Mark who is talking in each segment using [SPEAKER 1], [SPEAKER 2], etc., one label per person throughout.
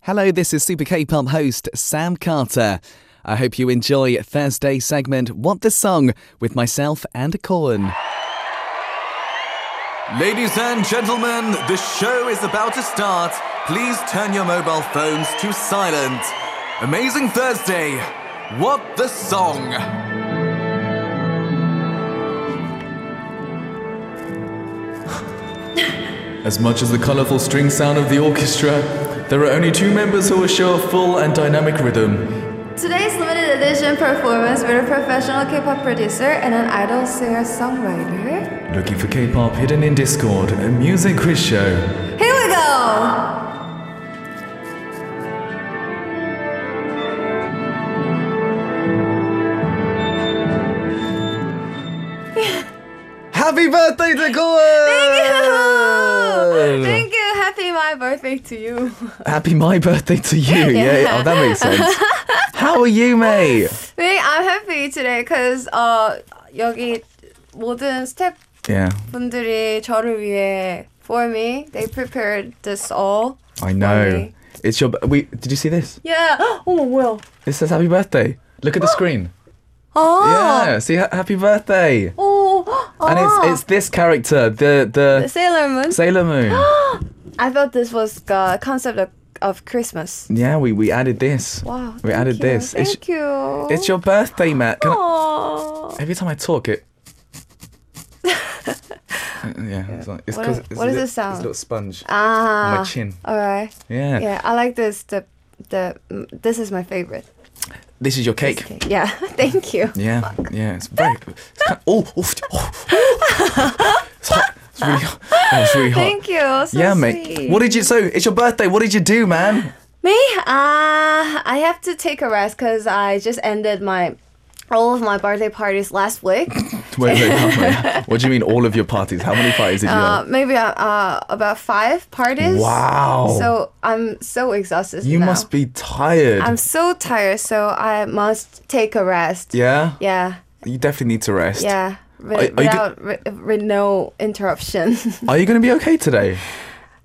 [SPEAKER 1] Hello, this is Super K Pump host Sam Carter. I hope you enjoy Thursday's segment What the Song with myself and Corn.
[SPEAKER 2] Ladies and gentlemen, the show is about to start. Please turn your mobile phones to silent. Amazing Thursday. What the song?
[SPEAKER 3] As much as the colourful string sound of the orchestra, there are only two members who will show a full and dynamic rhythm.
[SPEAKER 4] Today's limited edition performance with a professional K-pop producer and an idol singer-songwriter.
[SPEAKER 3] Looking for K-pop hidden in Discord, a music quiz show.
[SPEAKER 4] Here we go!
[SPEAKER 1] Happy birthday to Corn!
[SPEAKER 4] Thank you. Happy my birthday to you.
[SPEAKER 1] Happy my birthday to you. Yeah,
[SPEAKER 4] Yeah.
[SPEAKER 1] oh, that makes sense. How are you, mate?
[SPEAKER 4] 네, I'm happy today because 어 여기 모든
[SPEAKER 1] Yeah,
[SPEAKER 4] 스태프분들이 저를 위해 for me they prepared this all.
[SPEAKER 1] I
[SPEAKER 4] for
[SPEAKER 1] know.
[SPEAKER 4] me.
[SPEAKER 1] It's your. b- We did you see this?
[SPEAKER 4] Yeah. 어머 뭐야?
[SPEAKER 1] This says happy birthday. Look at the screen.
[SPEAKER 4] 아.
[SPEAKER 1] Yeah, see, ha- happy birthday.
[SPEAKER 4] 오. 아.
[SPEAKER 1] And it's it's this character, the the
[SPEAKER 4] Sailor Moon.
[SPEAKER 1] Sailor Moon.
[SPEAKER 4] I thought this was the concept of, of Christmas.
[SPEAKER 1] Yeah, we, we added this.
[SPEAKER 4] Wow.
[SPEAKER 1] we
[SPEAKER 4] thank
[SPEAKER 1] added
[SPEAKER 4] you.
[SPEAKER 1] this.
[SPEAKER 4] Thank
[SPEAKER 1] It's,
[SPEAKER 4] you. Oh.
[SPEAKER 1] it's your birthday, Matt. Can I-
[SPEAKER 4] Aw.
[SPEAKER 1] every time I talk, it. Uh, yeah, it's like, it's
[SPEAKER 4] What
[SPEAKER 1] 'cause
[SPEAKER 4] is-
[SPEAKER 1] it's
[SPEAKER 4] what
[SPEAKER 1] a
[SPEAKER 4] does
[SPEAKER 1] lit-
[SPEAKER 4] it sound?
[SPEAKER 1] It's a little sponge.
[SPEAKER 4] Ah.
[SPEAKER 1] chin.
[SPEAKER 4] All right.
[SPEAKER 1] Yeah.
[SPEAKER 4] Yeah, I like this. The the mm, this is my favorite.
[SPEAKER 1] This is your cake.
[SPEAKER 4] Okay, Yeah. Thank you.
[SPEAKER 1] Yeah, yeah. It's very. It's kind oh, oh, oh, it's hot. It's really hot. Oh, it's really hot.
[SPEAKER 4] Thank you. So
[SPEAKER 1] yeah,
[SPEAKER 4] sweet.
[SPEAKER 1] mate. What did you? So it's your birthday. What did you do, man?
[SPEAKER 4] Me? Ah, I have to take a rest because I just ended my all of my birthday parties last week.
[SPEAKER 1] Wait, wait, wait, wait. What do you mean all of your parties? How many parties did you
[SPEAKER 4] uh,
[SPEAKER 1] have?
[SPEAKER 4] maybe uh, uh, about five parties.
[SPEAKER 1] Wow.
[SPEAKER 4] So I'm so exhausted.
[SPEAKER 1] You
[SPEAKER 4] now.
[SPEAKER 1] must be tired.
[SPEAKER 4] I'm so tired, so I must take a rest.
[SPEAKER 1] yeah?
[SPEAKER 4] Yeah.
[SPEAKER 1] You definitely need to rest.
[SPEAKER 4] Yeah.
[SPEAKER 1] Are- are
[SPEAKER 4] Wi-
[SPEAKER 1] you go-
[SPEAKER 4] Without ri- with no interruption.
[SPEAKER 1] Are you going to be okay today?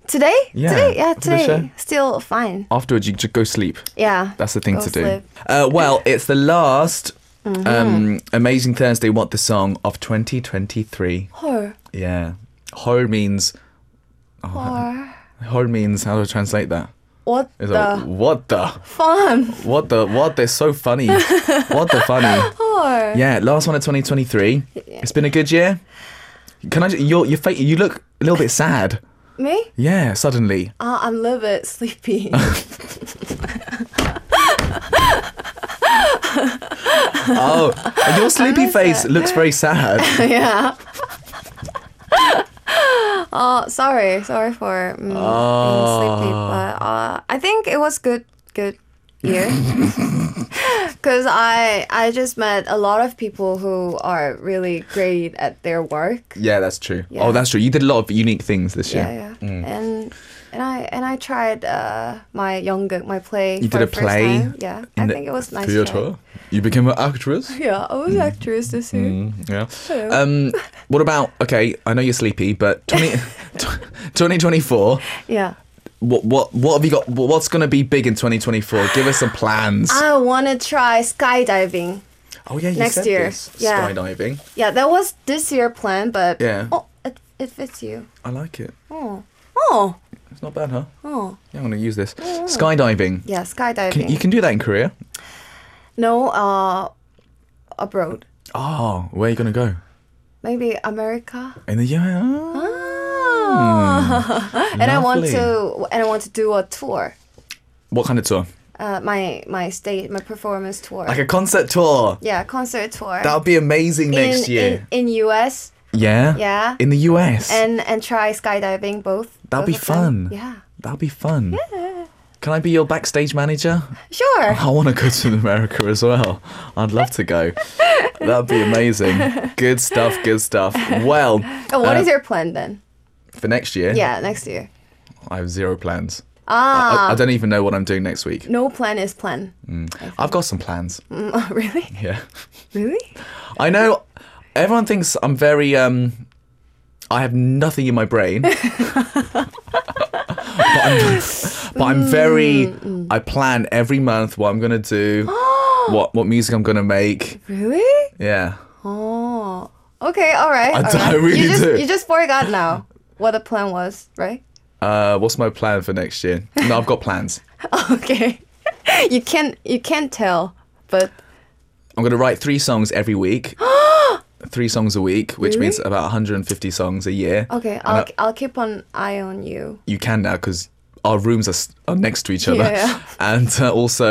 [SPEAKER 4] today?
[SPEAKER 1] Yeah,
[SPEAKER 4] Today? Yeah,
[SPEAKER 1] after the show.
[SPEAKER 4] today. Still fine.
[SPEAKER 1] Afterwards, you just go sleep.
[SPEAKER 4] Yeah.
[SPEAKER 1] That's the thing
[SPEAKER 4] Go
[SPEAKER 1] to do.
[SPEAKER 4] sleep. Mm-hmm.
[SPEAKER 1] Uh, well, it's the last um, Amazing Thursday What the Song of 2023.
[SPEAKER 4] Or,
[SPEAKER 1] Yeah. Ho means.
[SPEAKER 4] or
[SPEAKER 1] Ho means. How do I translate that?
[SPEAKER 4] what
[SPEAKER 1] It's like,
[SPEAKER 4] the
[SPEAKER 1] what the?
[SPEAKER 4] fun?
[SPEAKER 1] What the? What? They're so funny. what the funny?
[SPEAKER 4] Or
[SPEAKER 1] Yeah, last one of 2023. It's been a good year. Can I? ju- Your your face. You look a little bit sad.
[SPEAKER 4] me?
[SPEAKER 1] Yeah, suddenly.
[SPEAKER 4] Uh, I'm a little bit sleepy.
[SPEAKER 1] Oh, and your sleepy
[SPEAKER 4] miss
[SPEAKER 1] face looks very sad.
[SPEAKER 4] yeah. uh, sorry, sorry for mm, being sleepy,
[SPEAKER 1] Ah.
[SPEAKER 4] but uh, I think it was good, good year. Cause I I just met a lot of people who are really great at their work.
[SPEAKER 1] Yeah, that's true.
[SPEAKER 4] Yeah.
[SPEAKER 1] Oh, that's true. You did a lot of unique things this year.
[SPEAKER 4] Yeah, yeah,
[SPEAKER 1] Mm.
[SPEAKER 4] and and I and I tried uh, my younger my play.
[SPEAKER 1] You
[SPEAKER 4] for
[SPEAKER 1] did a
[SPEAKER 4] the first
[SPEAKER 1] play
[SPEAKER 4] time. Yeah, I think it was nice. yeah.
[SPEAKER 1] You became an actress.
[SPEAKER 4] Yeah, I
[SPEAKER 1] Mm.
[SPEAKER 4] was actress this year.
[SPEAKER 1] Yeah. Um, what about? Okay, I know you're sleepy, but 20, 2024.
[SPEAKER 4] Yeah.
[SPEAKER 1] What what what have you got? what- What's going to be big in 2024? Give us some plans.
[SPEAKER 4] I want to try skydiving.
[SPEAKER 1] oh yeah, you
[SPEAKER 4] Um, next
[SPEAKER 1] said
[SPEAKER 4] year.
[SPEAKER 1] this.
[SPEAKER 4] Yeah.
[SPEAKER 1] Skydiving.
[SPEAKER 4] Yeah, that was this year plan, but
[SPEAKER 1] Yeah.
[SPEAKER 4] oh, it, it fits you.
[SPEAKER 1] I like it.
[SPEAKER 4] Oh, oh,
[SPEAKER 1] It's not bad, huh?
[SPEAKER 4] oh.
[SPEAKER 1] Yeah, I'm going to use this. Skydiving.
[SPEAKER 4] Yeah, skydiving.
[SPEAKER 1] Can, you can do that in Korea.
[SPEAKER 4] no, uh, abroad,
[SPEAKER 1] Oh, where are you going to go?
[SPEAKER 4] maybe America.
[SPEAKER 1] In the yeah.
[SPEAKER 4] Ah. and I want
[SPEAKER 1] lovely.
[SPEAKER 4] to, and I want to do a tour.
[SPEAKER 1] What kind of tour?
[SPEAKER 4] Uh, my my state, my performance tour.
[SPEAKER 1] Like a concert tour.
[SPEAKER 4] yeah, concert tour.
[SPEAKER 1] That would be amazing next
[SPEAKER 4] in,
[SPEAKER 1] year.
[SPEAKER 4] in in US
[SPEAKER 1] yeah.
[SPEAKER 4] Yeah.
[SPEAKER 1] In the US.
[SPEAKER 4] and and try skydiving both.
[SPEAKER 1] That'll be
[SPEAKER 4] both of them.
[SPEAKER 1] fun.
[SPEAKER 4] Yeah,
[SPEAKER 1] That'd be fun. Can I be your backstage manager?
[SPEAKER 4] sure.
[SPEAKER 1] I want to go to America as well. I'd love to go. That'd be amazing. Good stuff, good stuff. Well,
[SPEAKER 4] And what
[SPEAKER 1] uh,
[SPEAKER 4] is your plan then?
[SPEAKER 1] for next year?
[SPEAKER 4] Yeah, next year.
[SPEAKER 1] I have zero plans.
[SPEAKER 4] Ah,
[SPEAKER 1] I, I don't even know what I'm doing next week.
[SPEAKER 4] no plan is plan.
[SPEAKER 1] I've got some plans.
[SPEAKER 4] Mm, really?
[SPEAKER 1] Yeah.
[SPEAKER 4] Really?
[SPEAKER 1] I know everyone thinks I'm very um I have nothing in my brain. but I'm, but I'm very.
[SPEAKER 4] Mm,
[SPEAKER 1] I plan every month what I'm gonna do, what what music I'm gonna make.
[SPEAKER 4] Really?
[SPEAKER 1] Yeah.
[SPEAKER 4] Oh. Okay. All right.
[SPEAKER 1] I
[SPEAKER 4] all
[SPEAKER 1] d- I
[SPEAKER 4] right.
[SPEAKER 1] really
[SPEAKER 4] you just,
[SPEAKER 1] do.
[SPEAKER 4] You just forgot now what the plan was, right?
[SPEAKER 1] Uh, what's my plan for next year? No, I've got plans.
[SPEAKER 4] Okay. you can you can't tell, but
[SPEAKER 1] I'm gonna write three songs every week. three songs a week, which means about 150 songs a year.
[SPEAKER 4] okay.
[SPEAKER 1] I-
[SPEAKER 4] I'll I'll keep an eye on you.
[SPEAKER 1] you can now because our rooms are, s- are next to each other.
[SPEAKER 4] Yeah.
[SPEAKER 1] And uh, also,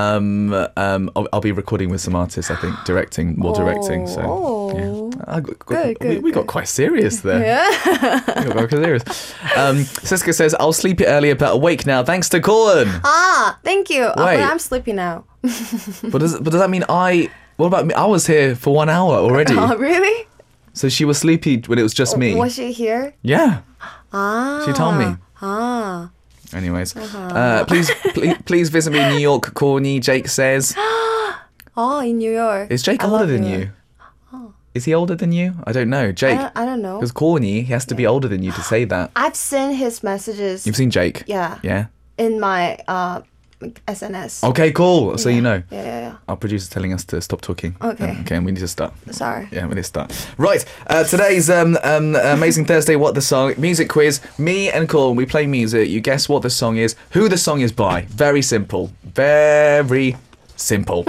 [SPEAKER 1] um, um, I'll, I'll be recording with some artists, I think, directing, more directing. So,
[SPEAKER 4] Oh.
[SPEAKER 1] yeah. I got- got-
[SPEAKER 4] Good,
[SPEAKER 1] we,
[SPEAKER 4] good,
[SPEAKER 1] we got
[SPEAKER 4] good.
[SPEAKER 1] quite serious there. Yeah.
[SPEAKER 4] Oh.
[SPEAKER 1] we got quite serious. Um, Siska says, I'll sleep earlier but awake now. Thanks to Colin.
[SPEAKER 4] Ah, thank you. Uh,
[SPEAKER 1] Wait.
[SPEAKER 4] but I'm sleepy now.
[SPEAKER 1] but, does, but does that mean I. What about me? I was here for one hour already.
[SPEAKER 4] Oh, really?
[SPEAKER 1] so she was sleepy when it was just me.
[SPEAKER 4] Was she here?
[SPEAKER 1] yeah.
[SPEAKER 4] Ah.
[SPEAKER 1] She told me.
[SPEAKER 4] Ah.
[SPEAKER 1] Anyways,
[SPEAKER 4] Uh-huh.
[SPEAKER 1] uh, please, please, please visit me in New York, Corny. Jake says,
[SPEAKER 4] Oh, in New York.
[SPEAKER 1] "Is Jake
[SPEAKER 4] I
[SPEAKER 1] older
[SPEAKER 4] love
[SPEAKER 1] than
[SPEAKER 4] New
[SPEAKER 1] you?
[SPEAKER 4] York.
[SPEAKER 1] Is he older than you? I don't know,
[SPEAKER 4] I
[SPEAKER 1] Jake.
[SPEAKER 4] don't, Uh, I don't know.
[SPEAKER 1] Because Corny, he has to be older than you to say that.
[SPEAKER 4] I've seen his messages
[SPEAKER 1] You've seen Jake?
[SPEAKER 4] Yeah.
[SPEAKER 1] Yeah.
[SPEAKER 4] in my uh, SNS.
[SPEAKER 1] Okay, cool. So you know,
[SPEAKER 4] Yeah, yeah,
[SPEAKER 1] our producer's telling us to stop talking.
[SPEAKER 4] Okay.
[SPEAKER 1] Um, okay, and we need to start.
[SPEAKER 4] yeah. Sorry.
[SPEAKER 1] Yeah, we need to start. Right. Uh, today's um, um, amazing Thursday. What the song? Music quiz. Me and Corn. We play music. You guess what the song is. Who the song is by. Very simple. Very simple.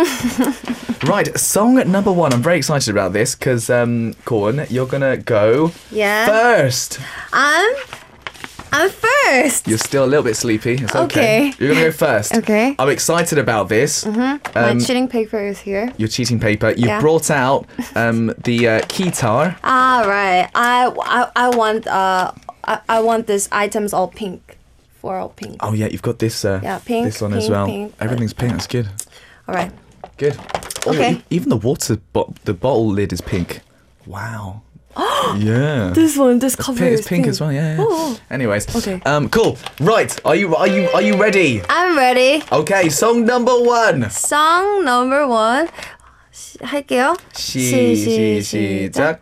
[SPEAKER 1] Right, song number one. I'm very excited about this because, um, Corn, you're gonna go
[SPEAKER 4] Yeah.
[SPEAKER 1] first.
[SPEAKER 4] I'm I'm first.
[SPEAKER 1] You're still a little bit sleepy. It's okay.
[SPEAKER 4] Okay.
[SPEAKER 1] You're gonna go first.
[SPEAKER 4] Okay.
[SPEAKER 1] I'm excited about this. Mm-hmm.
[SPEAKER 4] my
[SPEAKER 1] Um,
[SPEAKER 4] cheating paper is here.
[SPEAKER 1] your cheating paper. You
[SPEAKER 4] Yeah.
[SPEAKER 1] brought out um, the uh, guitar.
[SPEAKER 4] All right. I I, I want uh I, I want these items all pink. For all pink.
[SPEAKER 1] Oh yeah, you've got this. Uh,
[SPEAKER 4] Yeah, pink,
[SPEAKER 1] This one as
[SPEAKER 4] pink,
[SPEAKER 1] well.
[SPEAKER 4] pink, but-
[SPEAKER 1] Everything's pink. That's good.
[SPEAKER 4] All right.
[SPEAKER 1] Good. Oh,
[SPEAKER 4] Okay.
[SPEAKER 1] e- even the water, bo- the bottle lid is pink. Wow. yeah.
[SPEAKER 4] This one, this cover
[SPEAKER 1] Pink,
[SPEAKER 4] is
[SPEAKER 1] it's pink, as well. Yeah. yeah.
[SPEAKER 4] Oh.
[SPEAKER 1] Anyways.
[SPEAKER 4] Okay.
[SPEAKER 1] Um. Cool. Right. Are you? Are you? Are you ready?
[SPEAKER 4] I'm ready.
[SPEAKER 1] Okay. Song number one.
[SPEAKER 4] Song number one. 시- 할게요.
[SPEAKER 1] 시, 시,
[SPEAKER 4] 시작.
[SPEAKER 1] 시작.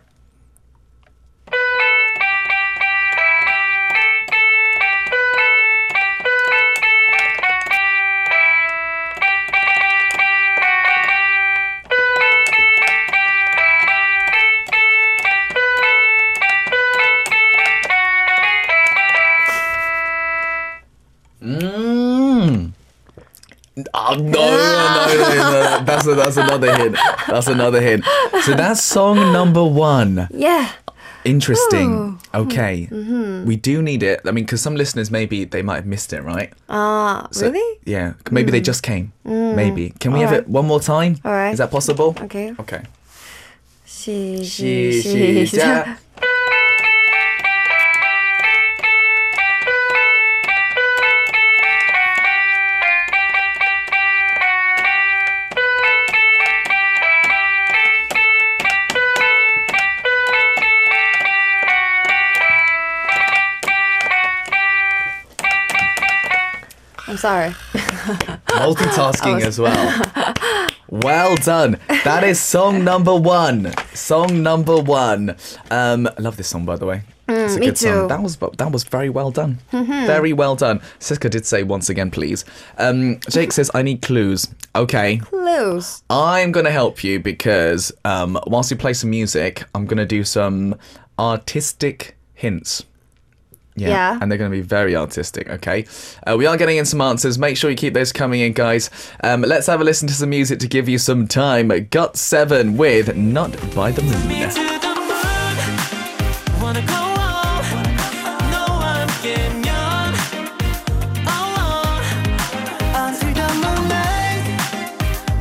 [SPEAKER 1] 음. Oh, no, no, no, no, no, no. That's, a, that's another hint. That's another hint. So that's song number one.
[SPEAKER 4] Yeah.
[SPEAKER 1] Interesting.
[SPEAKER 4] Oh, hmm.
[SPEAKER 1] Okay.
[SPEAKER 4] Mm-hmm.
[SPEAKER 1] We do need it. I mean, because some listeners maybe they might have missed it, right?
[SPEAKER 4] Ah,
[SPEAKER 1] So-
[SPEAKER 4] really? Hmm.
[SPEAKER 1] Yeah. Maybe they just came. Maybe. Can we have
[SPEAKER 4] Alright.
[SPEAKER 1] it one more time?
[SPEAKER 4] Alright.
[SPEAKER 1] Is that possible?
[SPEAKER 4] Okay.
[SPEAKER 1] Okay.
[SPEAKER 4] 시, 시, 시, 시작.
[SPEAKER 1] 시작.
[SPEAKER 4] I'm sorry.
[SPEAKER 1] Multitasking
[SPEAKER 4] Oh,
[SPEAKER 1] as well. Well done. That is song number one. Song number one. Um, I love this song, by the way. it's a
[SPEAKER 4] Hmm, me
[SPEAKER 1] good song.
[SPEAKER 4] too. Mm-hmm.
[SPEAKER 1] That was that was very well done. Very well done. Siska did say once again, please. Um, Jake says I need clues. Okay,
[SPEAKER 4] Close.
[SPEAKER 1] I'm gonna help you because um, whilst you play some music, I'm gonna do some artistic hints.
[SPEAKER 4] Yeah.
[SPEAKER 1] And they're going to be very artistic, okay? Uh, we are getting in some answers. Make sure you keep those coming in, guys. Um, let's have a listen to some music to give you some time. Gut 7 with Not By The
[SPEAKER 5] me
[SPEAKER 1] Moon.
[SPEAKER 5] to the moon. Wanna go on? No one can yawn. Alone. 어슬 덮는 날.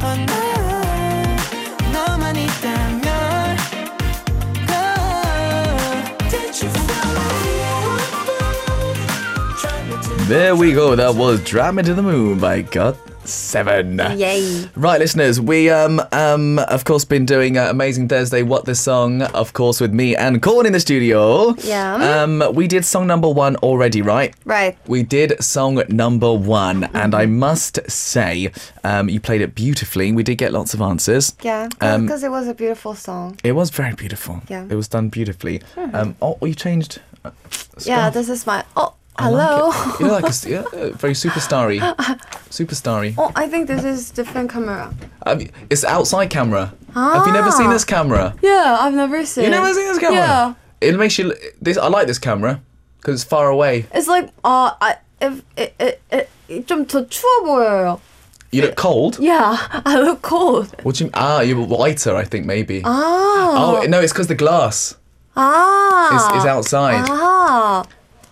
[SPEAKER 5] On the 너만 있다면. Oh, did you fall in love? Try me to
[SPEAKER 1] There we go. That was Drama to the Moon by Gut 7.
[SPEAKER 4] Yay.
[SPEAKER 1] Right, listeners, we um um of course been doing uh, Amazing Thursday. What the song? Of course, with me and Corn in the studio.
[SPEAKER 4] Yeah.
[SPEAKER 1] Um, we did song number one already, right?
[SPEAKER 4] Right. Mm-hmm.
[SPEAKER 1] We did song number one, and I must say, um, you played it beautifully. We did get lots of answers.
[SPEAKER 4] Yeah.
[SPEAKER 1] Um,
[SPEAKER 4] Because it was a beautiful song.
[SPEAKER 1] It was very beautiful.
[SPEAKER 4] Yeah. Hmm.
[SPEAKER 1] It was done beautifully. Um, oh, you oh, changed. uh,
[SPEAKER 4] Yeah, this is my. Oh, Hello.
[SPEAKER 1] You're like a s yeah, uh, very superstarry, superstarry.
[SPEAKER 4] oh, I think this is different camera.
[SPEAKER 1] Have you- it's outside camera. Have you never seen
[SPEAKER 4] Ah.
[SPEAKER 1] this camera?
[SPEAKER 4] Yeah, I've never seen.
[SPEAKER 1] You never seen this camera?
[SPEAKER 4] Yeah,
[SPEAKER 1] It makes you. l- This I like this camera because it's far away.
[SPEAKER 4] it's like uh, I if it it it. 좀더 추워 보여요.
[SPEAKER 1] You look cold.
[SPEAKER 4] Yeah, I look cold.
[SPEAKER 1] What do you? Ah, you're whiter. I think maybe.
[SPEAKER 4] Ah.
[SPEAKER 1] Oh no, it's because the glass is,
[SPEAKER 4] ah.
[SPEAKER 1] is outside,
[SPEAKER 4] Ah.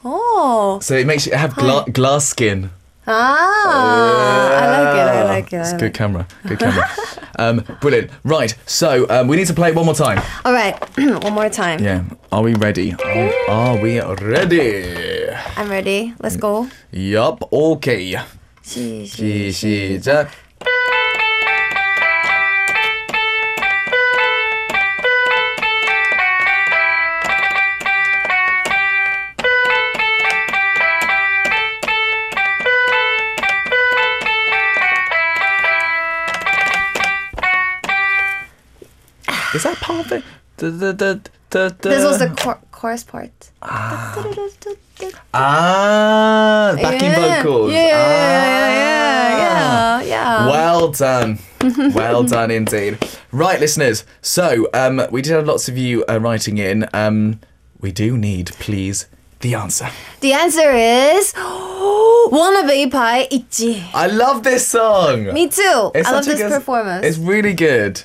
[SPEAKER 4] Oh.
[SPEAKER 1] so it makes you have gla- glass skin.
[SPEAKER 4] Ah. I like it. I like it.
[SPEAKER 1] Oh. It's
[SPEAKER 4] I
[SPEAKER 1] a
[SPEAKER 4] like
[SPEAKER 1] good camera. Good camera. um, brilliant. Right. So um, we need to play it one more time.
[SPEAKER 4] it. All right. One more time.
[SPEAKER 1] Yeah. Are we ready? Are, are we ready?
[SPEAKER 4] I'm ready. Let's go.
[SPEAKER 1] Yup. Okay.
[SPEAKER 4] 시,
[SPEAKER 1] 시-
[SPEAKER 4] 시,
[SPEAKER 1] 시작. Is that part of it? Da, da, da, da, da.
[SPEAKER 4] This was the chor- chorus part.
[SPEAKER 1] ah backing
[SPEAKER 4] yeah.
[SPEAKER 1] vocals.
[SPEAKER 4] Yeah, yeah,
[SPEAKER 1] Ah.
[SPEAKER 4] yeah, yeah, yeah.
[SPEAKER 1] Well done. well done indeed. Right, listeners. So, um, we did have lots of you uh, writing in. Um, we do need, please, the answer.
[SPEAKER 4] The answer is Wannabe by Itzy.
[SPEAKER 1] I love this song.
[SPEAKER 4] Me too.
[SPEAKER 1] It's
[SPEAKER 4] I love
[SPEAKER 1] such a
[SPEAKER 4] this
[SPEAKER 1] good-
[SPEAKER 4] performance.
[SPEAKER 1] It's really good.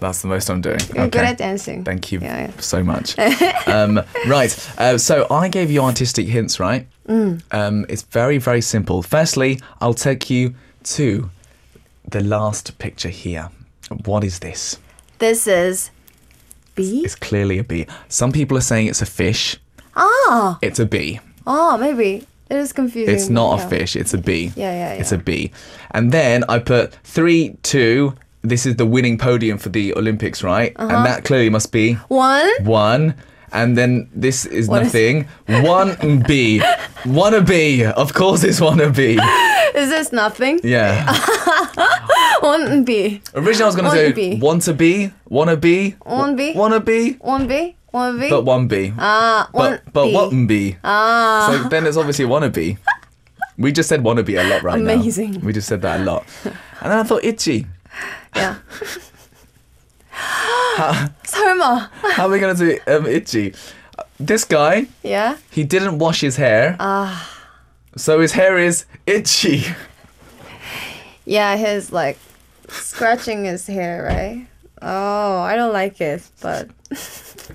[SPEAKER 1] That's the most I'm doing.
[SPEAKER 4] You're
[SPEAKER 1] okay.
[SPEAKER 4] good at dancing.
[SPEAKER 1] Thank you
[SPEAKER 4] Yeah, yeah.
[SPEAKER 1] so much. um, right. Uh, so I gave you artistic hints, right?
[SPEAKER 4] Mm.
[SPEAKER 1] Um, it's very, very simple. Firstly, I'll take you to the last picture here. What is this?
[SPEAKER 4] This is B.
[SPEAKER 1] It's clearly a bee. Some people are saying it's a fish.
[SPEAKER 4] Ah,
[SPEAKER 1] It's a bee.
[SPEAKER 4] oh, maybe it is confusing.
[SPEAKER 1] It's not
[SPEAKER 4] yeah.
[SPEAKER 1] a fish. It's a bee.
[SPEAKER 4] Yeah, yeah, yeah.
[SPEAKER 1] It's a bee. And then I put three, two. This is the winning podium for the Olympics, right?
[SPEAKER 4] Uh-huh.
[SPEAKER 1] And that clearly must be
[SPEAKER 4] One.
[SPEAKER 1] one. And then this is
[SPEAKER 4] What is-
[SPEAKER 1] nothing. One B. One a B. Of course it's one a B.
[SPEAKER 4] Is this nothing?
[SPEAKER 1] Yeah.
[SPEAKER 4] One B.
[SPEAKER 1] Originally I was gonna
[SPEAKER 4] One
[SPEAKER 1] do
[SPEAKER 4] B.
[SPEAKER 1] want to be, wanna be,
[SPEAKER 4] One B.
[SPEAKER 1] wanna be,
[SPEAKER 4] One B. One B.
[SPEAKER 1] but one B.
[SPEAKER 4] Ah, one
[SPEAKER 1] but but
[SPEAKER 4] B.
[SPEAKER 1] what be?
[SPEAKER 4] Ah.
[SPEAKER 1] So then it's obviously wannabe. We just said wannabe a lot right now.
[SPEAKER 4] Amazing.
[SPEAKER 1] We just said that a lot. And then I thought itchy.
[SPEAKER 4] yeah. 설마.
[SPEAKER 1] How are we gonna do um, itchy? This guy,
[SPEAKER 4] Yeah.
[SPEAKER 1] he didn't wash his hair. Ah. So his hair is itchy.
[SPEAKER 4] Yeah, his like scratching his hair, right? Oh, I don't like it, but.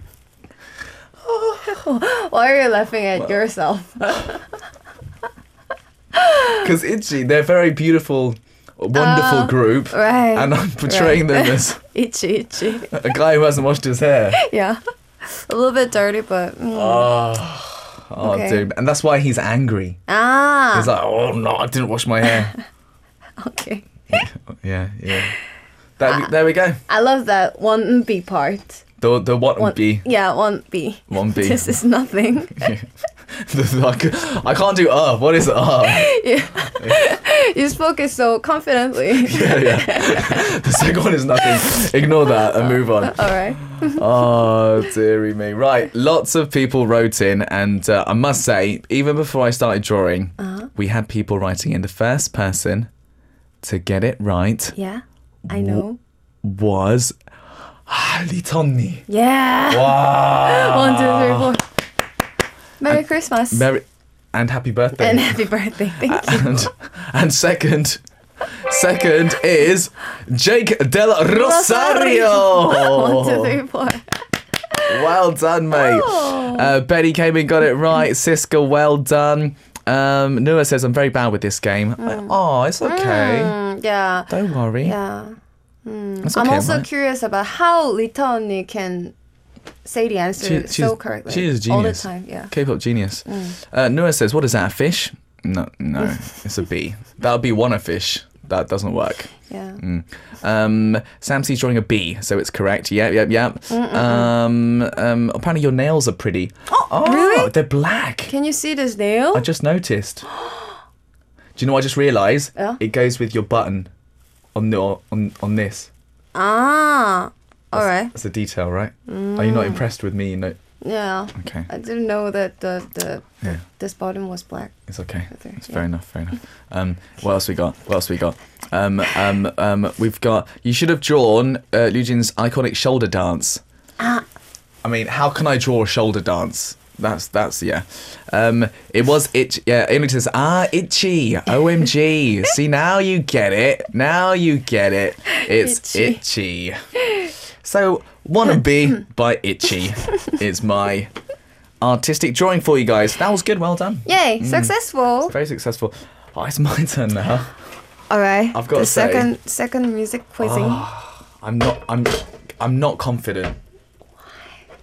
[SPEAKER 4] Oh, Why are you laughing at yourself?
[SPEAKER 1] Because itchy, they're a very beautiful, wonderful group.
[SPEAKER 4] Ah, Right.
[SPEAKER 1] And I'm portraying
[SPEAKER 4] right.
[SPEAKER 1] them as
[SPEAKER 4] itchy, itchy.
[SPEAKER 1] a guy who hasn't washed his hair.
[SPEAKER 4] Yeah. A little bit dirty, but. mm.
[SPEAKER 1] Uh, Oh,
[SPEAKER 4] Okay.
[SPEAKER 1] dude. And that's why he's angry.
[SPEAKER 4] Ah.
[SPEAKER 1] He's like, oh no, I didn't wash my hair.
[SPEAKER 4] okay.
[SPEAKER 1] yeah, yeah.
[SPEAKER 4] Ah.
[SPEAKER 1] That, there we go.
[SPEAKER 4] I love that one B part.
[SPEAKER 1] The, the what
[SPEAKER 4] One
[SPEAKER 1] would be.
[SPEAKER 4] Yeah, one B.
[SPEAKER 1] One B.
[SPEAKER 4] This is nothing.
[SPEAKER 1] I can't do uh. What is uh?
[SPEAKER 4] you spoke it so confidently.
[SPEAKER 1] Yeah, yeah. the second one is nothing. Ignore that and move on.
[SPEAKER 4] All right.
[SPEAKER 1] Oh, dearie me. Right, lots of people wrote in, and uh, I must say, even before I started drawing,
[SPEAKER 4] Uh-huh.
[SPEAKER 1] we had people writing in. The first person to get it right
[SPEAKER 4] Yeah. I know.
[SPEAKER 1] was Ali Tommy.
[SPEAKER 4] Yeah.
[SPEAKER 1] Wow.
[SPEAKER 4] One, two, three, four. Merry Christmas.
[SPEAKER 1] Ah. Merry and happy birthday.
[SPEAKER 4] and happy birthday. Thank you.
[SPEAKER 1] and, and second, second is Jake Del Rosario.
[SPEAKER 4] One, two, three, four.
[SPEAKER 1] Well done, mate.
[SPEAKER 4] Oh.
[SPEAKER 1] Uh, Betty came and got it right. Siska, well done. Um, Nua says, I'm very bad with this game. I- oh, it's okay.
[SPEAKER 4] Mm, yeah.
[SPEAKER 1] Don't worry.
[SPEAKER 4] Yeah. Hmm.
[SPEAKER 1] It's
[SPEAKER 4] I'm
[SPEAKER 1] okay,
[SPEAKER 4] also
[SPEAKER 1] mate.
[SPEAKER 4] curious about how Little Oni can say the answer
[SPEAKER 1] She-
[SPEAKER 4] so correctly.
[SPEAKER 1] She is a
[SPEAKER 4] All the
[SPEAKER 1] genius.
[SPEAKER 4] time, yeah.
[SPEAKER 1] K-pop genius.
[SPEAKER 4] Mm.
[SPEAKER 1] Uh, Nua says, what is that, a fish? No, no, it's a bee. That would be one a fish. That doesn't work.
[SPEAKER 4] Yeah.
[SPEAKER 1] Mm. Um, Samsi's drawing a bee, so it's correct. Yep, yep, yep. Um, um, apparently your nails are pretty. Oh,
[SPEAKER 4] really?
[SPEAKER 1] They're black.
[SPEAKER 4] Can you see this nail?
[SPEAKER 1] I just noticed. Do you know? what I just realised
[SPEAKER 4] Yeah.
[SPEAKER 1] it goes with your button on the on on this.
[SPEAKER 4] Ah. All right.
[SPEAKER 1] That's a detail, right? Are you not impressed with me? No.
[SPEAKER 4] Yeah.
[SPEAKER 1] Okay.
[SPEAKER 4] I didn't know that the the
[SPEAKER 1] Yeah.
[SPEAKER 4] this bottom was black.
[SPEAKER 1] It's okay.
[SPEAKER 4] There,
[SPEAKER 1] It's
[SPEAKER 4] yeah.
[SPEAKER 1] fair enough. Fair enough. Um, what else we got? What else we got? Um, um, um, we've got. You should have drawn uh, Liu Jin's iconic shoulder dance.
[SPEAKER 4] Ah.
[SPEAKER 1] I mean, how can I draw a shoulder dance? That's that's yeah. Um, it was itch. Yeah, and it says ah itchy. Omg. See now you get it. Now you get it. It's itchy. So wannabe by itchy is my artistic drawing for you guys. That was good. Well done.
[SPEAKER 4] Yay! Successful.
[SPEAKER 1] Very successful. Oh, it's my turn now.
[SPEAKER 4] All right.
[SPEAKER 1] I've got to
[SPEAKER 4] the
[SPEAKER 1] say- Ah.
[SPEAKER 4] second second music quizzing.
[SPEAKER 1] I'm not. I'm. I'm not confident.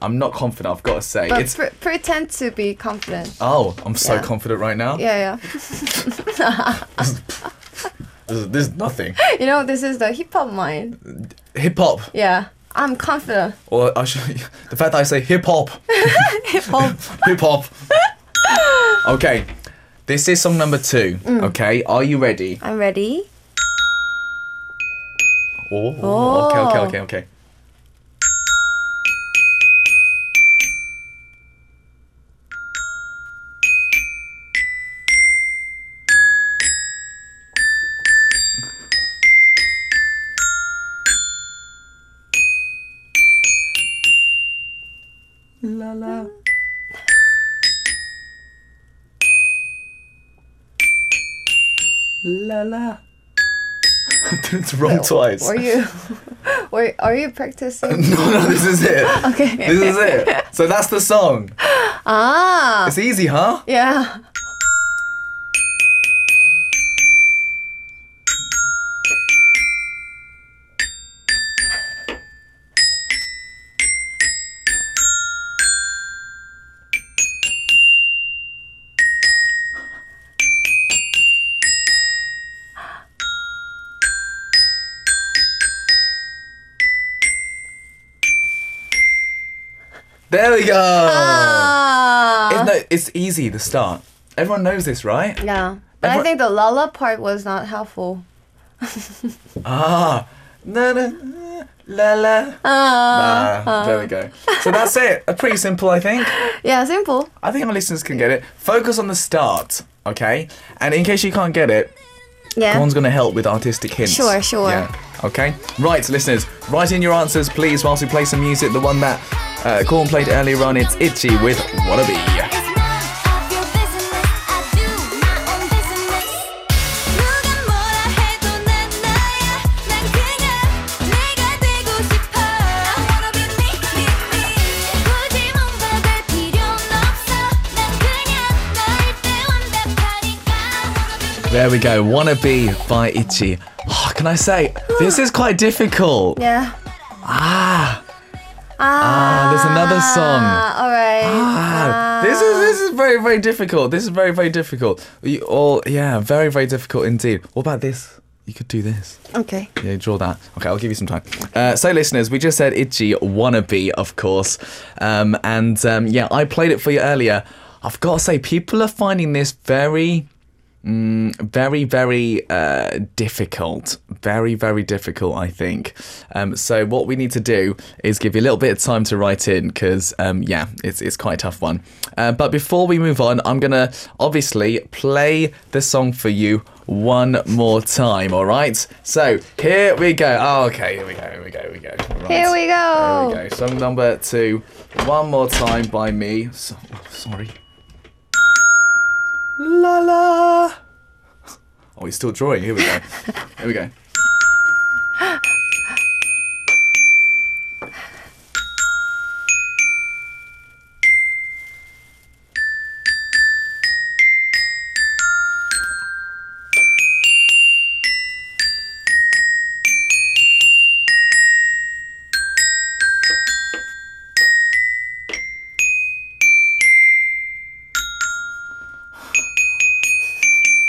[SPEAKER 1] I'm not confident. I've got to say.
[SPEAKER 4] but
[SPEAKER 1] it's.
[SPEAKER 4] pre- pretend to be confident.
[SPEAKER 1] Oh, I'm so
[SPEAKER 4] Yeah.
[SPEAKER 1] confident right now.
[SPEAKER 4] Yeah, yeah.
[SPEAKER 1] This, is, this is nothing.
[SPEAKER 4] You know, this is the hip hop mind.
[SPEAKER 1] hip hop,
[SPEAKER 4] Yeah. I'm confident.
[SPEAKER 1] or I should, the fact that I say hip hop,
[SPEAKER 4] Hip hop.
[SPEAKER 1] hip hop. okay, this is song number two.
[SPEAKER 4] Mm.
[SPEAKER 1] Okay, are you ready?
[SPEAKER 4] I'm ready.
[SPEAKER 1] Oh, okay, okay,
[SPEAKER 4] Oh.
[SPEAKER 1] okay, okay. it's wrong twice.
[SPEAKER 4] Were you were, are you practicing?
[SPEAKER 1] No, no, this is it.
[SPEAKER 4] Okay.
[SPEAKER 1] This is it. So that's the song.
[SPEAKER 4] Ah.
[SPEAKER 1] It's easy, huh?
[SPEAKER 4] Yeah.
[SPEAKER 1] There we go.
[SPEAKER 4] Ah.
[SPEAKER 1] Oh. It's, no, it's easy, the start. Everyone knows this, right?
[SPEAKER 4] Yeah. But I
[SPEAKER 1] Everyone-
[SPEAKER 4] think the lala part was not helpful.
[SPEAKER 1] Ah. Na, na, na, la la. Ah,
[SPEAKER 4] Uh-huh.
[SPEAKER 1] there we go. So that's it. Uh, Pretty simple, I think.
[SPEAKER 4] Yeah, simple.
[SPEAKER 1] I think my listeners can get it. Focus on the start, okay? And in case you can't get it,
[SPEAKER 4] Yeah.
[SPEAKER 1] One's going to help with artistic hints.
[SPEAKER 4] Sure, sure.
[SPEAKER 1] Yeah. Okay. Right, listeners, write in your answers, please, whilst we play some music. The one that uh, Corn played earlier on, it's Itchy with Wannabe.
[SPEAKER 5] It's none of your business. I do my own business. 누가 뭐라 해도 난 나야. 난 그냥 내가 되고 싶어. I wanna be me, me, me. 굳이 뭔가 될 필요는 없어. 난 그냥 너일 때 완벽하니까. I wanna be me.
[SPEAKER 1] There we go. Wannabe by Itchy. Oh, can I say, this is quite difficult.
[SPEAKER 4] Yeah.
[SPEAKER 1] Ah,
[SPEAKER 4] Ah.
[SPEAKER 1] there's another song.
[SPEAKER 4] All right.
[SPEAKER 1] Ah, this is this is very very difficult. This is very very difficult. You all, yeah, very very difficult indeed. What about this? You could do this.
[SPEAKER 4] Okay.
[SPEAKER 1] Yeah, draw that. Okay, I'll give you some time. Uh, so, listeners, we just said Itchy Wannabe, of course. Um, and um, yeah, I played it for you earlier. I've got to say, people are finding this very, mm, very, very uh, difficult. Very, very difficult, I think. Um, so, what we need to do is give you a little bit of time to write in because, um, yeah, it's, it's quite a tough one. Uh, but before we move on, I'm going to obviously play the song for you one more time, all right? So here we go. Oh, okay, here we go, here we go, here we go. Right.
[SPEAKER 4] Here we
[SPEAKER 1] There
[SPEAKER 4] go.
[SPEAKER 1] we go. Song number two, one more time by me. So, oh, sorry. La la. Oh, he's still drawing. Here we go. Here we go.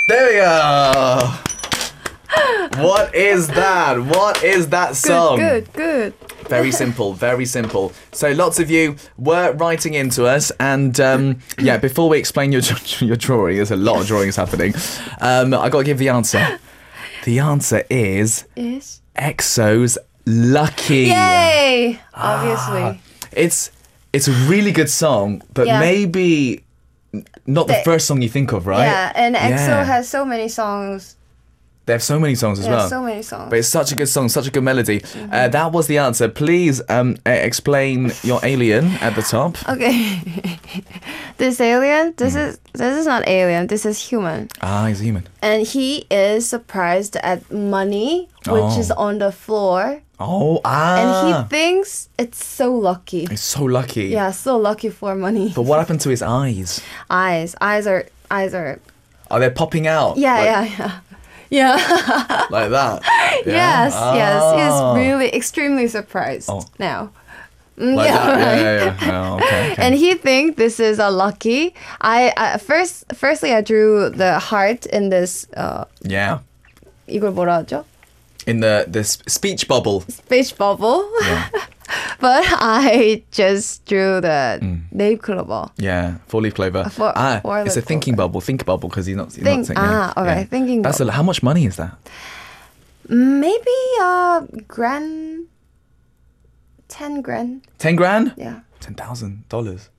[SPEAKER 1] There we go. What is that? What is that song?
[SPEAKER 4] Good, good.
[SPEAKER 1] Very simple, very simple. So lots of you were writing into us, and um, yeah, before we explain your your drawing, there's a lot of drawings happening. Um, I got to give the answer. The answer is
[SPEAKER 4] Yes.
[SPEAKER 1] EXO's "Lucky." Ah,
[SPEAKER 4] Yay! Obviously.
[SPEAKER 1] It's it's a really good song, but
[SPEAKER 4] Yeah.
[SPEAKER 1] maybe n- not the
[SPEAKER 4] They-
[SPEAKER 1] first song you think of, right?
[SPEAKER 4] Yeah, and EXO
[SPEAKER 1] Yeah.
[SPEAKER 4] has so many songs.
[SPEAKER 1] They have so many songs as
[SPEAKER 4] Yeah,
[SPEAKER 1] well.
[SPEAKER 4] so many songs. Mm-hmm.
[SPEAKER 1] But it's such a good song, such a good melody. Uh, that was the answer. Please um, uh, explain your alien at the top.
[SPEAKER 4] okay. this alien, this
[SPEAKER 1] Mm-hmm.
[SPEAKER 4] is this is not alien. This is human,
[SPEAKER 1] Ah, he's a human.
[SPEAKER 4] and he is surprised at money which is
[SPEAKER 1] Oh.
[SPEAKER 4] on the floor,
[SPEAKER 1] Oh,
[SPEAKER 4] and
[SPEAKER 1] ah.
[SPEAKER 4] he thinks it's so lucky.
[SPEAKER 1] he's so lucky.
[SPEAKER 4] Yeah, so lucky for money.
[SPEAKER 1] But what happened to his eyes?
[SPEAKER 4] eyes, eyes are eyes are.
[SPEAKER 1] Are they popping out?
[SPEAKER 4] Yeah,
[SPEAKER 1] like,
[SPEAKER 4] yeah, yeah, yeah.
[SPEAKER 1] Like that?
[SPEAKER 4] Yes,
[SPEAKER 1] Ah.
[SPEAKER 4] yes. He's really extremely surprised
[SPEAKER 1] Oh.
[SPEAKER 4] now. Mm,
[SPEAKER 1] Like
[SPEAKER 4] yeah,
[SPEAKER 1] that.
[SPEAKER 4] right.
[SPEAKER 1] Yeah, yeah, yeah. Oh, okay, okay.
[SPEAKER 4] And he think this is a lucky. I uh, first, firstly, I drew the heart in this. Uh,
[SPEAKER 1] yeah.
[SPEAKER 4] 이걸 뭐라 하죠?
[SPEAKER 1] In the, the s- speech bubble.
[SPEAKER 4] Speech bubble. but I just drew the
[SPEAKER 1] Mm.
[SPEAKER 4] name clover.
[SPEAKER 1] Yeah, four leaf clover.
[SPEAKER 4] four-
[SPEAKER 1] ah,
[SPEAKER 4] four
[SPEAKER 1] it's a
[SPEAKER 4] leaf
[SPEAKER 1] thinking bubble. Think bubble because he's not. He's
[SPEAKER 4] Think-
[SPEAKER 1] not thinking, yeah,
[SPEAKER 4] ah, alright,
[SPEAKER 1] yeah.
[SPEAKER 4] thinking
[SPEAKER 1] That's a, how much money is that?
[SPEAKER 4] Maybe uh grand, ten grand.
[SPEAKER 1] Ten grand.
[SPEAKER 4] Yeah. Mm.
[SPEAKER 1] Ten thousand dollars.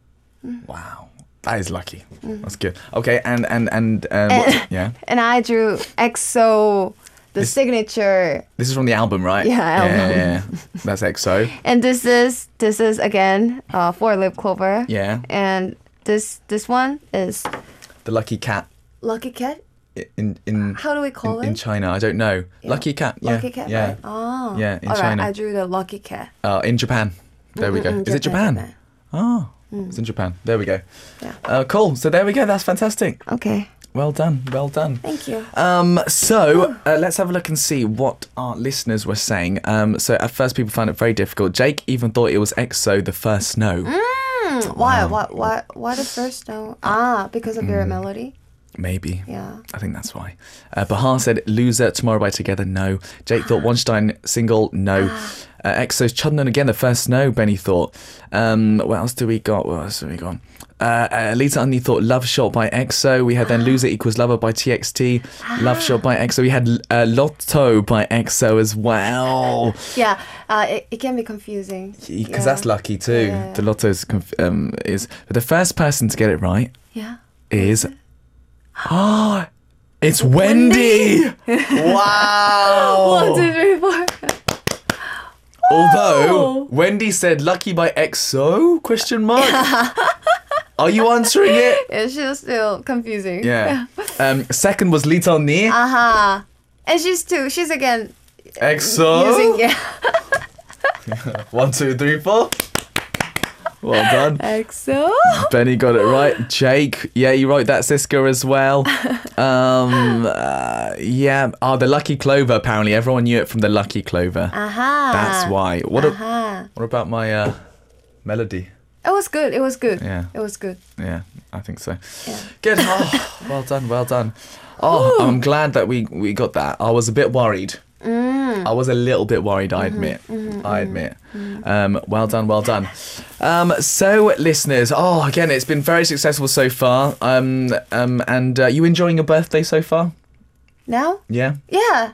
[SPEAKER 1] Wow, that is lucky. That's good. Okay, and and and um, what- yeah,
[SPEAKER 4] And I drew EXO, the
[SPEAKER 1] This-
[SPEAKER 4] signature,
[SPEAKER 1] this is from the album, right?
[SPEAKER 4] Yeah,
[SPEAKER 1] Yeah,
[SPEAKER 4] album.
[SPEAKER 1] yeah, yeah. That's EXO.
[SPEAKER 4] and this is this is again uh, four leaf clover.
[SPEAKER 1] Yeah.
[SPEAKER 4] And this this one is
[SPEAKER 1] The lucky cat
[SPEAKER 4] lucky cat.
[SPEAKER 1] i- in in
[SPEAKER 4] How do we call
[SPEAKER 1] in, in
[SPEAKER 4] it?
[SPEAKER 1] China. I don't know. Lucky cat. Yeah.
[SPEAKER 4] Lucky cat,
[SPEAKER 1] Yeah.
[SPEAKER 4] right? Oh.
[SPEAKER 1] Yeah, in
[SPEAKER 4] All right,
[SPEAKER 1] China.
[SPEAKER 4] I drew the lucky cat.
[SPEAKER 1] Uh, in Japan. There we go.
[SPEAKER 4] Mm, mm,
[SPEAKER 1] Is it Japan?
[SPEAKER 4] Japan, Mm.
[SPEAKER 1] Oh, it's in Japan. There we go.
[SPEAKER 4] Yeah.
[SPEAKER 1] Uh, cool. So there we go. That's fantastic.
[SPEAKER 4] Okay.
[SPEAKER 1] Well done. Well done.
[SPEAKER 4] Thank you.
[SPEAKER 1] Um, so uh, let's have a look and see what our listeners were saying. Um, so at first, people found it very difficult. Jake even thought it was EXO, the first snow.
[SPEAKER 4] Mm, why? Why? Why? Why the first note? Ah, because of
[SPEAKER 1] Hmm.
[SPEAKER 4] your melody.
[SPEAKER 1] Maybe.
[SPEAKER 4] Yeah.
[SPEAKER 1] I think that's why. Uh, Bahar said "Loser" tomorrow by Together. No. Jake thought Weinstein single. No. Uh, EXO's Chudnon again. The first no. Benny thought. Um, what else do we got? What else have we got? Uh, uh, Lisa Undy thought "Love Shot" by EXO. We had then "Loser Equals Lover" by TXT. "Love Shot" by EXO. We had uh, "Lotto" by EXO as well.
[SPEAKER 4] Yeah. Uh, it, it can be confusing.
[SPEAKER 1] because
[SPEAKER 4] Yeah.
[SPEAKER 1] that's lucky too.
[SPEAKER 4] Yeah, yeah.
[SPEAKER 1] The lotto's conf- um, is but the first person to get it right
[SPEAKER 4] Yeah.
[SPEAKER 1] is ah, it's Wendy.
[SPEAKER 4] One,
[SPEAKER 1] wow.
[SPEAKER 4] two, three, four.
[SPEAKER 1] Although Wendy said "Lucky by EXO?" question mark. Are you answering it?
[SPEAKER 4] It's just still confusing.
[SPEAKER 1] Yeah. Uh, Um, second was Little Ni
[SPEAKER 4] Aha. And she's two. She's again using.
[SPEAKER 1] EXO.
[SPEAKER 4] Yeah.
[SPEAKER 1] One, two, three, four. Well done.
[SPEAKER 4] EXO.
[SPEAKER 1] Benny got it right. Jake, yeah, you wrote that Siska as well. Um, uh, yeah. Oh, the Lucky Clover. Apparently, everyone knew it from the Lucky Clover.
[SPEAKER 4] Aha.
[SPEAKER 1] That's why. What? a-
[SPEAKER 4] Aha.
[SPEAKER 1] what about my uh, melody?
[SPEAKER 4] It was good. It was good.
[SPEAKER 1] Yeah.
[SPEAKER 4] It was good.
[SPEAKER 1] Yeah, I think so.
[SPEAKER 4] Yeah.
[SPEAKER 1] Good. Oh, well done. Well done. Oh, I'm glad that we we got that. I was a bit worried.
[SPEAKER 4] Mm.
[SPEAKER 1] I was a little bit worried.
[SPEAKER 4] Mm-hmm,
[SPEAKER 1] I admit. I admit. Um, well done. Well done. Um, so, listeners. Oh, again, it's been very successful so far. Um, um, and uh, you enjoying your birthday so far?
[SPEAKER 4] Now?
[SPEAKER 1] Yeah.
[SPEAKER 4] Yeah.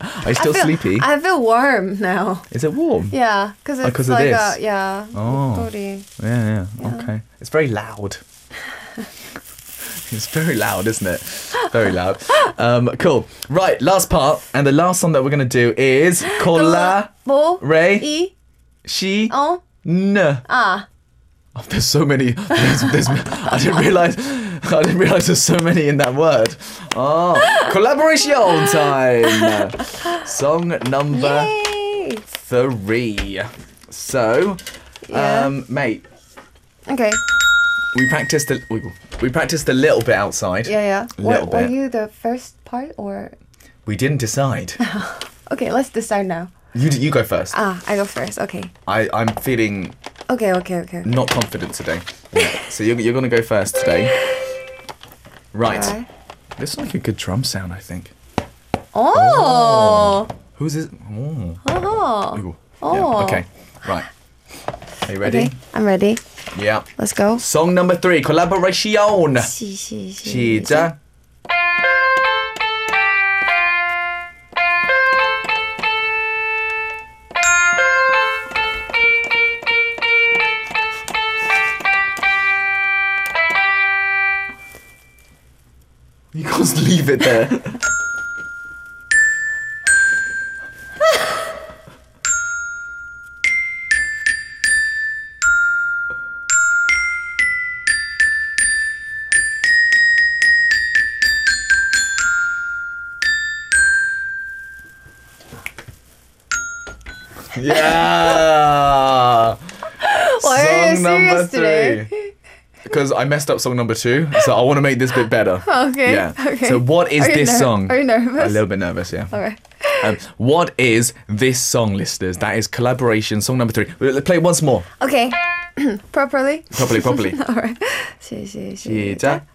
[SPEAKER 1] Are you still
[SPEAKER 4] I feel,
[SPEAKER 1] sleepy?
[SPEAKER 4] I feel warm now.
[SPEAKER 1] Is it warm?
[SPEAKER 4] Yeah, because it's
[SPEAKER 1] Oh, 'cause of
[SPEAKER 4] like
[SPEAKER 1] this?
[SPEAKER 4] a yeah.
[SPEAKER 1] Oh.
[SPEAKER 4] totally.
[SPEAKER 1] Yeah, yeah. Okay. It's very loud. it's very loud, isn't it? Very loud. Um, cool. Right, last part. And the last song that we're going to do is Kola
[SPEAKER 4] Bo.
[SPEAKER 1] Ray.
[SPEAKER 4] E.
[SPEAKER 1] Shi
[SPEAKER 4] On.
[SPEAKER 1] N.
[SPEAKER 4] Ah.
[SPEAKER 1] Oh, there's so many. There's, there's, I didn't realize. I didn't realize there's so many in that word. Oh, collaboration time. Song number
[SPEAKER 4] Yay.
[SPEAKER 1] three. So,
[SPEAKER 4] Yeah.
[SPEAKER 1] um, mate,
[SPEAKER 4] Okay.
[SPEAKER 1] We practiced a we, we practiced a little bit outside.
[SPEAKER 4] Yeah, yeah.
[SPEAKER 1] Little
[SPEAKER 4] were, were
[SPEAKER 1] bit.
[SPEAKER 4] you the first part or?
[SPEAKER 1] We didn't decide.
[SPEAKER 4] Okay, let's decide now.
[SPEAKER 1] you d- you go first.
[SPEAKER 4] Ah, I go first. Okay.
[SPEAKER 1] I I'm feeling
[SPEAKER 4] Okay. Okay. Okay.
[SPEAKER 1] not confident today. Yeah, so you're you're gonna go first today. Right.
[SPEAKER 4] Alright.
[SPEAKER 1] This is like a good drum sound, I think.
[SPEAKER 4] Oh.
[SPEAKER 1] Who's this? Oh.
[SPEAKER 4] Oh.
[SPEAKER 1] Ooh.
[SPEAKER 4] Oh.
[SPEAKER 1] Yeah. Okay. Right. Are you ready?
[SPEAKER 4] Okay. I'm ready.
[SPEAKER 1] Yeah.
[SPEAKER 4] Let's go.
[SPEAKER 1] Song number three, collaboration.
[SPEAKER 4] 시, 시, 시.
[SPEAKER 1] 시작. You can't leave it there. yeah.
[SPEAKER 4] Why are you serious today?
[SPEAKER 1] Because I messed up song number two, so I want to make this bit better.
[SPEAKER 4] Okay.
[SPEAKER 1] Yeah.
[SPEAKER 4] Okay.
[SPEAKER 1] So what is
[SPEAKER 4] Are you
[SPEAKER 1] this
[SPEAKER 4] ner-
[SPEAKER 1] song?
[SPEAKER 4] Are you
[SPEAKER 1] A
[SPEAKER 4] nervous?
[SPEAKER 1] little bit nervous, yeah.
[SPEAKER 4] All right.
[SPEAKER 1] Um, what is this song, listeners? That is collaboration song number three. We'll play it once more,
[SPEAKER 4] Okay. Properly.
[SPEAKER 1] properly, properly.
[SPEAKER 4] All right. She, she, she.
[SPEAKER 1] Cheetah.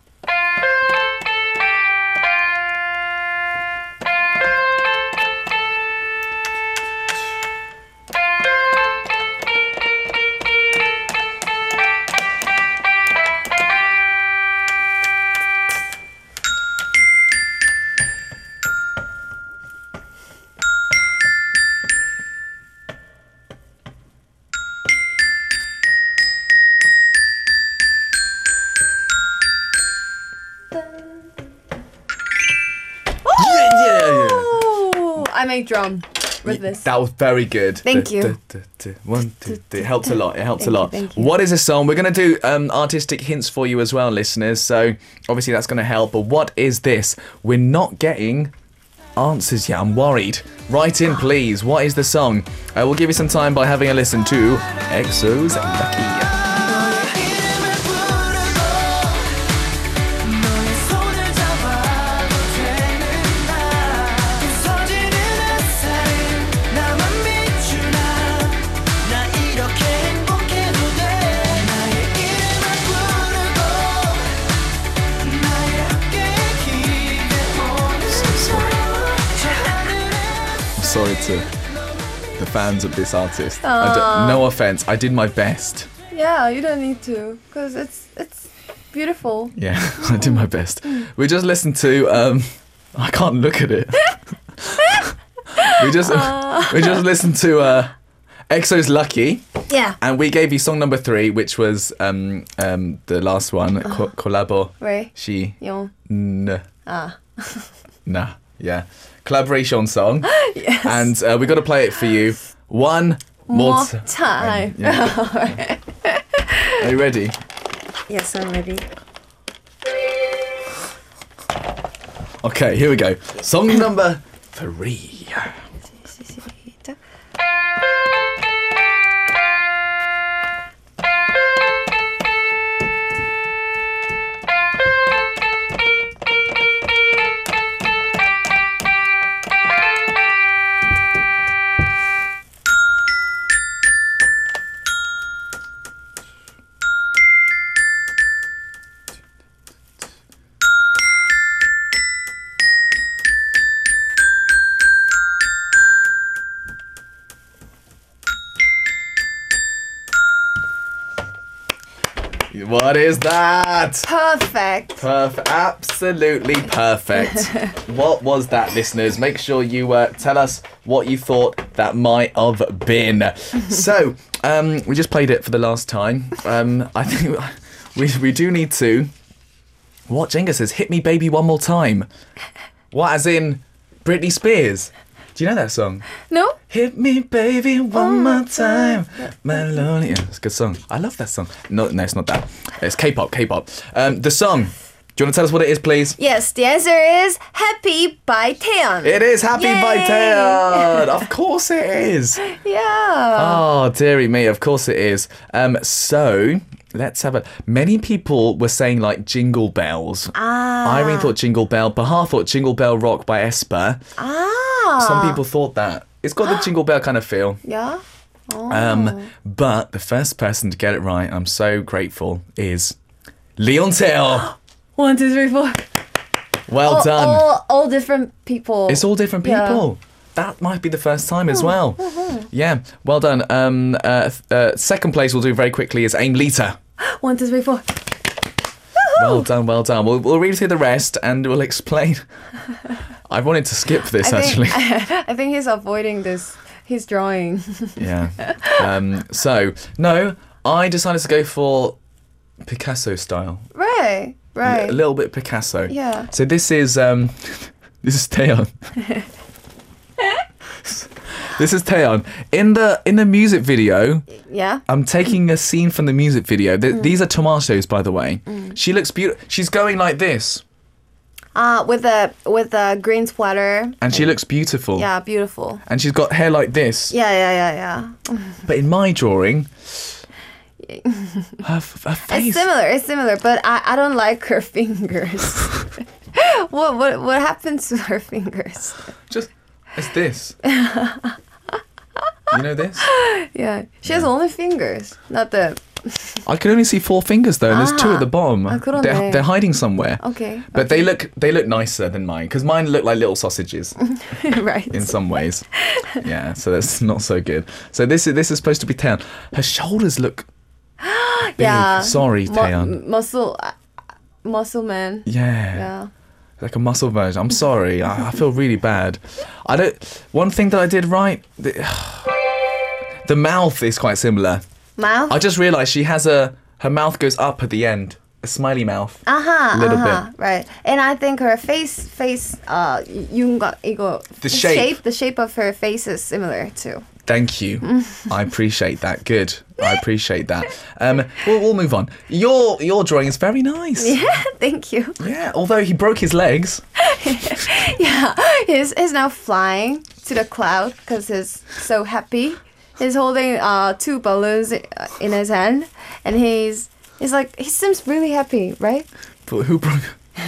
[SPEAKER 1] Yeah, yeah, yeah.
[SPEAKER 4] Oh, I make drum with this.
[SPEAKER 1] That was very good.
[SPEAKER 4] Thank
[SPEAKER 1] Du-
[SPEAKER 4] you.
[SPEAKER 1] du- du- du- One, two, three. It helps a lot. It helps
[SPEAKER 4] Thank
[SPEAKER 1] a
[SPEAKER 4] you,
[SPEAKER 1] lot.
[SPEAKER 4] thank you.
[SPEAKER 1] What is a song? We're going to do um, artistic hints for you as well, listeners. So obviously that's going to help. But what is this? We're not getting answers yet. I'm worried. Write in, please. What is the song? I will give you some time by having a listen to EXO's Lucky. I'm sorry to the fans of this artist. I don't- no offense. I did my best.
[SPEAKER 4] Yeah, you don't need to, cause it's it's beautiful.
[SPEAKER 1] Yeah, I did my best. We just listened to. Um, I can't look at it. we just we just listened to uh, EXO's "Lucky,"
[SPEAKER 4] Yeah.
[SPEAKER 1] and we gave you song number three, which was um, um, the last one. Co- collabo.
[SPEAKER 4] Right.
[SPEAKER 1] She.
[SPEAKER 4] Young.
[SPEAKER 1] N- ah. nah. Yeah. Collaboration song. And uh, we got to play it for you. One more.
[SPEAKER 4] More
[SPEAKER 1] t-
[SPEAKER 4] time.
[SPEAKER 1] yeah. Are you ready?
[SPEAKER 4] Yes, I'm ready.
[SPEAKER 1] Okay, here we go. Song number three. What is that?
[SPEAKER 4] Perfect.
[SPEAKER 1] Perfect. Absolutely perfect. what was that, listeners? Make sure you uh, tell us what you thought that might have been. so, um, we just played it for the last time. Um, I think we, we do need to. What Jenga says, hit me baby one more time. What, as in Britney Spears? Do you know that song?
[SPEAKER 4] No.
[SPEAKER 1] Hit me, baby, one more time. My lonely. Yeah, it's a good song. I love that song. No, no, it's not that. It's K-pop, K-pop. Um, the song. Do you want to tell us what it is, please?
[SPEAKER 4] Yes, the answer is Happy by Taeyeon.
[SPEAKER 1] It is Happy by
[SPEAKER 4] Yay!
[SPEAKER 1] Taeyeon. Of course it is.
[SPEAKER 4] Yeah.
[SPEAKER 1] Oh, dearie me. Of course it is. Um, so let's have a. Many people were saying like Jingle Bells. Ah. Irene thought Jingle Bell. Bahar thought Jingle Bell Rock by Esper.
[SPEAKER 4] ah.
[SPEAKER 1] Some people thought that. It's got the Jingle Bell kind of feel.
[SPEAKER 4] Yeah. Oh.
[SPEAKER 1] Um, but the first person to get it right, I'm so grateful, is Leon Till.
[SPEAKER 4] One, two, three, four.
[SPEAKER 1] Well
[SPEAKER 4] all,
[SPEAKER 1] done.
[SPEAKER 4] All, all different people.
[SPEAKER 1] It's all different
[SPEAKER 4] Oh, Yeah. Oh, uh-huh.
[SPEAKER 1] people. That might be the first time as well. Yeah, well done. Um, uh, th- uh, second place we'll do very quickly is Aim Lita.
[SPEAKER 4] One, two, three, four. Oh.
[SPEAKER 1] Well done, well done. We'll, we'll read through the rest and we'll explain. I wanted to skip this
[SPEAKER 4] I
[SPEAKER 1] actually.
[SPEAKER 4] think, I think he's avoiding this. He's drawing.
[SPEAKER 1] yeah. Um, so, no, I decided to go for Picasso style.
[SPEAKER 4] right. Right.
[SPEAKER 1] a little bit Picasso.
[SPEAKER 4] Yeah.
[SPEAKER 1] So this is um, this is Taeyeon. this is Taeyeon in the in the music video.
[SPEAKER 4] yeah.
[SPEAKER 1] I'm taking a scene from the music video.
[SPEAKER 4] Mm.
[SPEAKER 1] Th- These are tomatoes, by the way. She looks beautiful. She's going like this,
[SPEAKER 4] Uh, with a with a green sweater.
[SPEAKER 1] and she looks beautiful.
[SPEAKER 4] Mm. Yeah, beautiful.
[SPEAKER 1] And she's got hair like this.
[SPEAKER 4] Yeah, yeah, yeah, yeah.
[SPEAKER 1] But in my drawing, her, f- her face.
[SPEAKER 4] It's similar. It's similar, but I, I don't like her fingers. what what what happened to her fingers?
[SPEAKER 1] just it's this. you know this?
[SPEAKER 4] Yeah, she has only fingers, not the.
[SPEAKER 1] I could only see four fingers though, and there's two
[SPEAKER 4] Ah,
[SPEAKER 1] at the bottom.
[SPEAKER 4] 아, 그러네.
[SPEAKER 1] They're, they're hiding somewhere.
[SPEAKER 4] Okay.
[SPEAKER 1] But they look they look nicer than mine because mine look like little sausages
[SPEAKER 4] right.
[SPEAKER 1] in some ways. yeah, so that's not so good. So this is this is supposed to be Taeyeon. Her shoulders look big.
[SPEAKER 4] yeah.
[SPEAKER 1] Sorry,
[SPEAKER 4] Mu-
[SPEAKER 1] Taeyeon.
[SPEAKER 4] muscle, uh, muscle man.
[SPEAKER 1] Yeah.
[SPEAKER 4] Yeah.
[SPEAKER 1] like a muscle version. I'm sorry. I, I feel really bad. I don't. One thing that I did right. The, the mouth is quite similar.
[SPEAKER 4] Mouth.
[SPEAKER 1] I just realised she has a her mouth goes up at the end, a smiley mouth.
[SPEAKER 4] Uh-huh,
[SPEAKER 1] little bit.
[SPEAKER 4] uh-huh, right. And I think her face, face, uh, 윤곽, 이거,
[SPEAKER 1] The shape.
[SPEAKER 4] the shape of her face is similar too.
[SPEAKER 1] Thank you. I appreciate that. Good. I appreciate that. Um, we'll, we'll move on. Your your drawing is very nice. Yeah.
[SPEAKER 4] Thank you.
[SPEAKER 1] Although he broke his legs.
[SPEAKER 4] Yeah, he's, he's now flying to the cloud because he's so happy. He's holding uh two balloons i- uh, in his hand, and he's he's like he seems really happy, right?
[SPEAKER 1] But who broke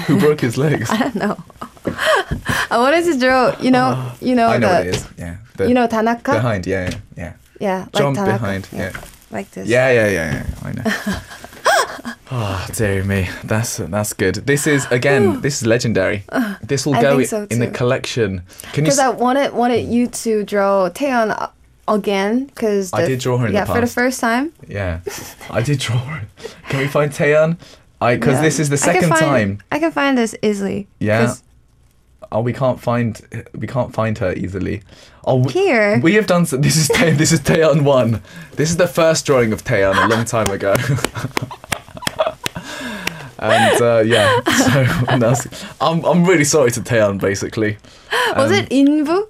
[SPEAKER 1] who broke his legs?
[SPEAKER 4] I don't know. I wanted to draw, you know, you know
[SPEAKER 1] Uh, I know
[SPEAKER 4] the,
[SPEAKER 1] what it is. Yeah. The-
[SPEAKER 4] you know Tanaka.
[SPEAKER 1] behind. Yeah. Yeah. yeah.
[SPEAKER 4] Yeah, like
[SPEAKER 1] Jump
[SPEAKER 4] Tanaka.
[SPEAKER 1] behind. yeah.
[SPEAKER 4] like this.
[SPEAKER 1] Yeah, yeah, yeah, yeah. I know. oh, dear me. That's that's good. This is again. this is legendary. This will
[SPEAKER 4] I
[SPEAKER 1] go
[SPEAKER 4] think so
[SPEAKER 1] in the
[SPEAKER 4] too.
[SPEAKER 1] collection. Can you?
[SPEAKER 4] Because
[SPEAKER 1] s-
[SPEAKER 4] I wanted wanted you to draw Taeyeon a- again. Because
[SPEAKER 1] I did draw her in the
[SPEAKER 4] yeah for the
[SPEAKER 1] past.
[SPEAKER 4] first time.
[SPEAKER 1] yeah, I did draw. it. Can we find Taeyeon? I because
[SPEAKER 4] Yeah.
[SPEAKER 1] this is the
[SPEAKER 4] I can
[SPEAKER 1] second
[SPEAKER 4] find-
[SPEAKER 1] time.
[SPEAKER 4] I can find this easily.
[SPEAKER 1] Yeah.
[SPEAKER 4] 'Cause-
[SPEAKER 1] Oh, we can't find we can't find her easily. Oh, we,
[SPEAKER 4] Here.
[SPEAKER 1] we have done. s- This is Tae- this is Taeyeon one. This is the first drawing of Taeyeon a long time ago. and uh, yeah, so that's, I'm I'm really sorry to Taeyeon. Basically,
[SPEAKER 4] Was it Invu?
[SPEAKER 1] um,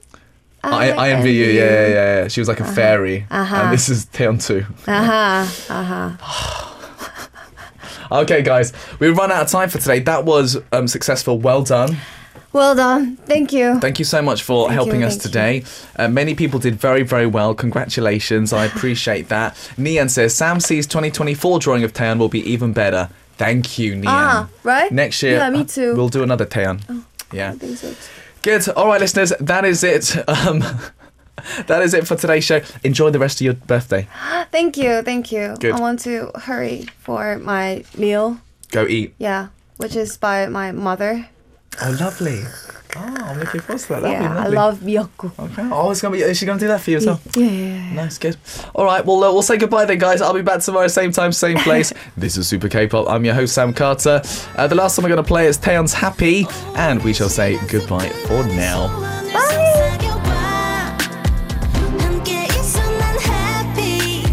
[SPEAKER 4] Oh,
[SPEAKER 1] I, I envy you. Yeah, yeah, yeah, yeah. She was like a fairy,
[SPEAKER 4] Uh-huh.
[SPEAKER 1] and this is Taeyeon two.
[SPEAKER 4] Uh huh. Uh huh.
[SPEAKER 1] Okay, guys, we've run out of time for today. That was um, successful. Well done.
[SPEAKER 4] Well done. Thank you.
[SPEAKER 1] Thank you so much for helping
[SPEAKER 4] you,
[SPEAKER 1] us
[SPEAKER 4] thank
[SPEAKER 1] today. Uh, many people did very, very well. Congratulations. I appreciate that. Nian says Sam C's 2024 drawing of Taeyeon will be even better. Thank you, Nian.
[SPEAKER 4] Ah, right?
[SPEAKER 1] Next year,
[SPEAKER 4] Yeah, me
[SPEAKER 1] uh,
[SPEAKER 4] too. Oh.
[SPEAKER 1] We'll do another Taeyeon. yeah.
[SPEAKER 4] I think so too.
[SPEAKER 1] Good. All right, listeners, that is it. Um, that is it for today's show. Enjoy the rest of your birthday.
[SPEAKER 4] Thank you. Thank you.
[SPEAKER 1] Good.
[SPEAKER 4] I want to hurry for my meal.
[SPEAKER 1] Go eat.
[SPEAKER 4] Yeah, which is by my mother.
[SPEAKER 1] Oh, lovely. Oh, I'm looking forward to that. That'll be
[SPEAKER 4] yeah, I
[SPEAKER 1] lovely.
[SPEAKER 4] love miyoku.
[SPEAKER 1] Okay. Oh, it's gonna be. Is she gonna do that for you as well?
[SPEAKER 4] Yeah, yeah, yeah.
[SPEAKER 1] Nice, good. All right, well, uh, we'll say goodbye then, guys. I'll be back tomorrow, same time, same place. this is Super K-pop. I'm your host, Sam Carter. Uh, the last song we're going to play is Taeyeon's Happy, and we shall say goodbye for now.
[SPEAKER 5] 함께 있어 난 happy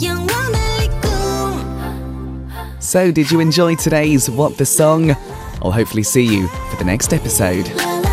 [SPEAKER 5] 영원을 잊고
[SPEAKER 6] So, did you enjoy today's What the Song? I'll hopefully see you for the next episode.
[SPEAKER 5] La la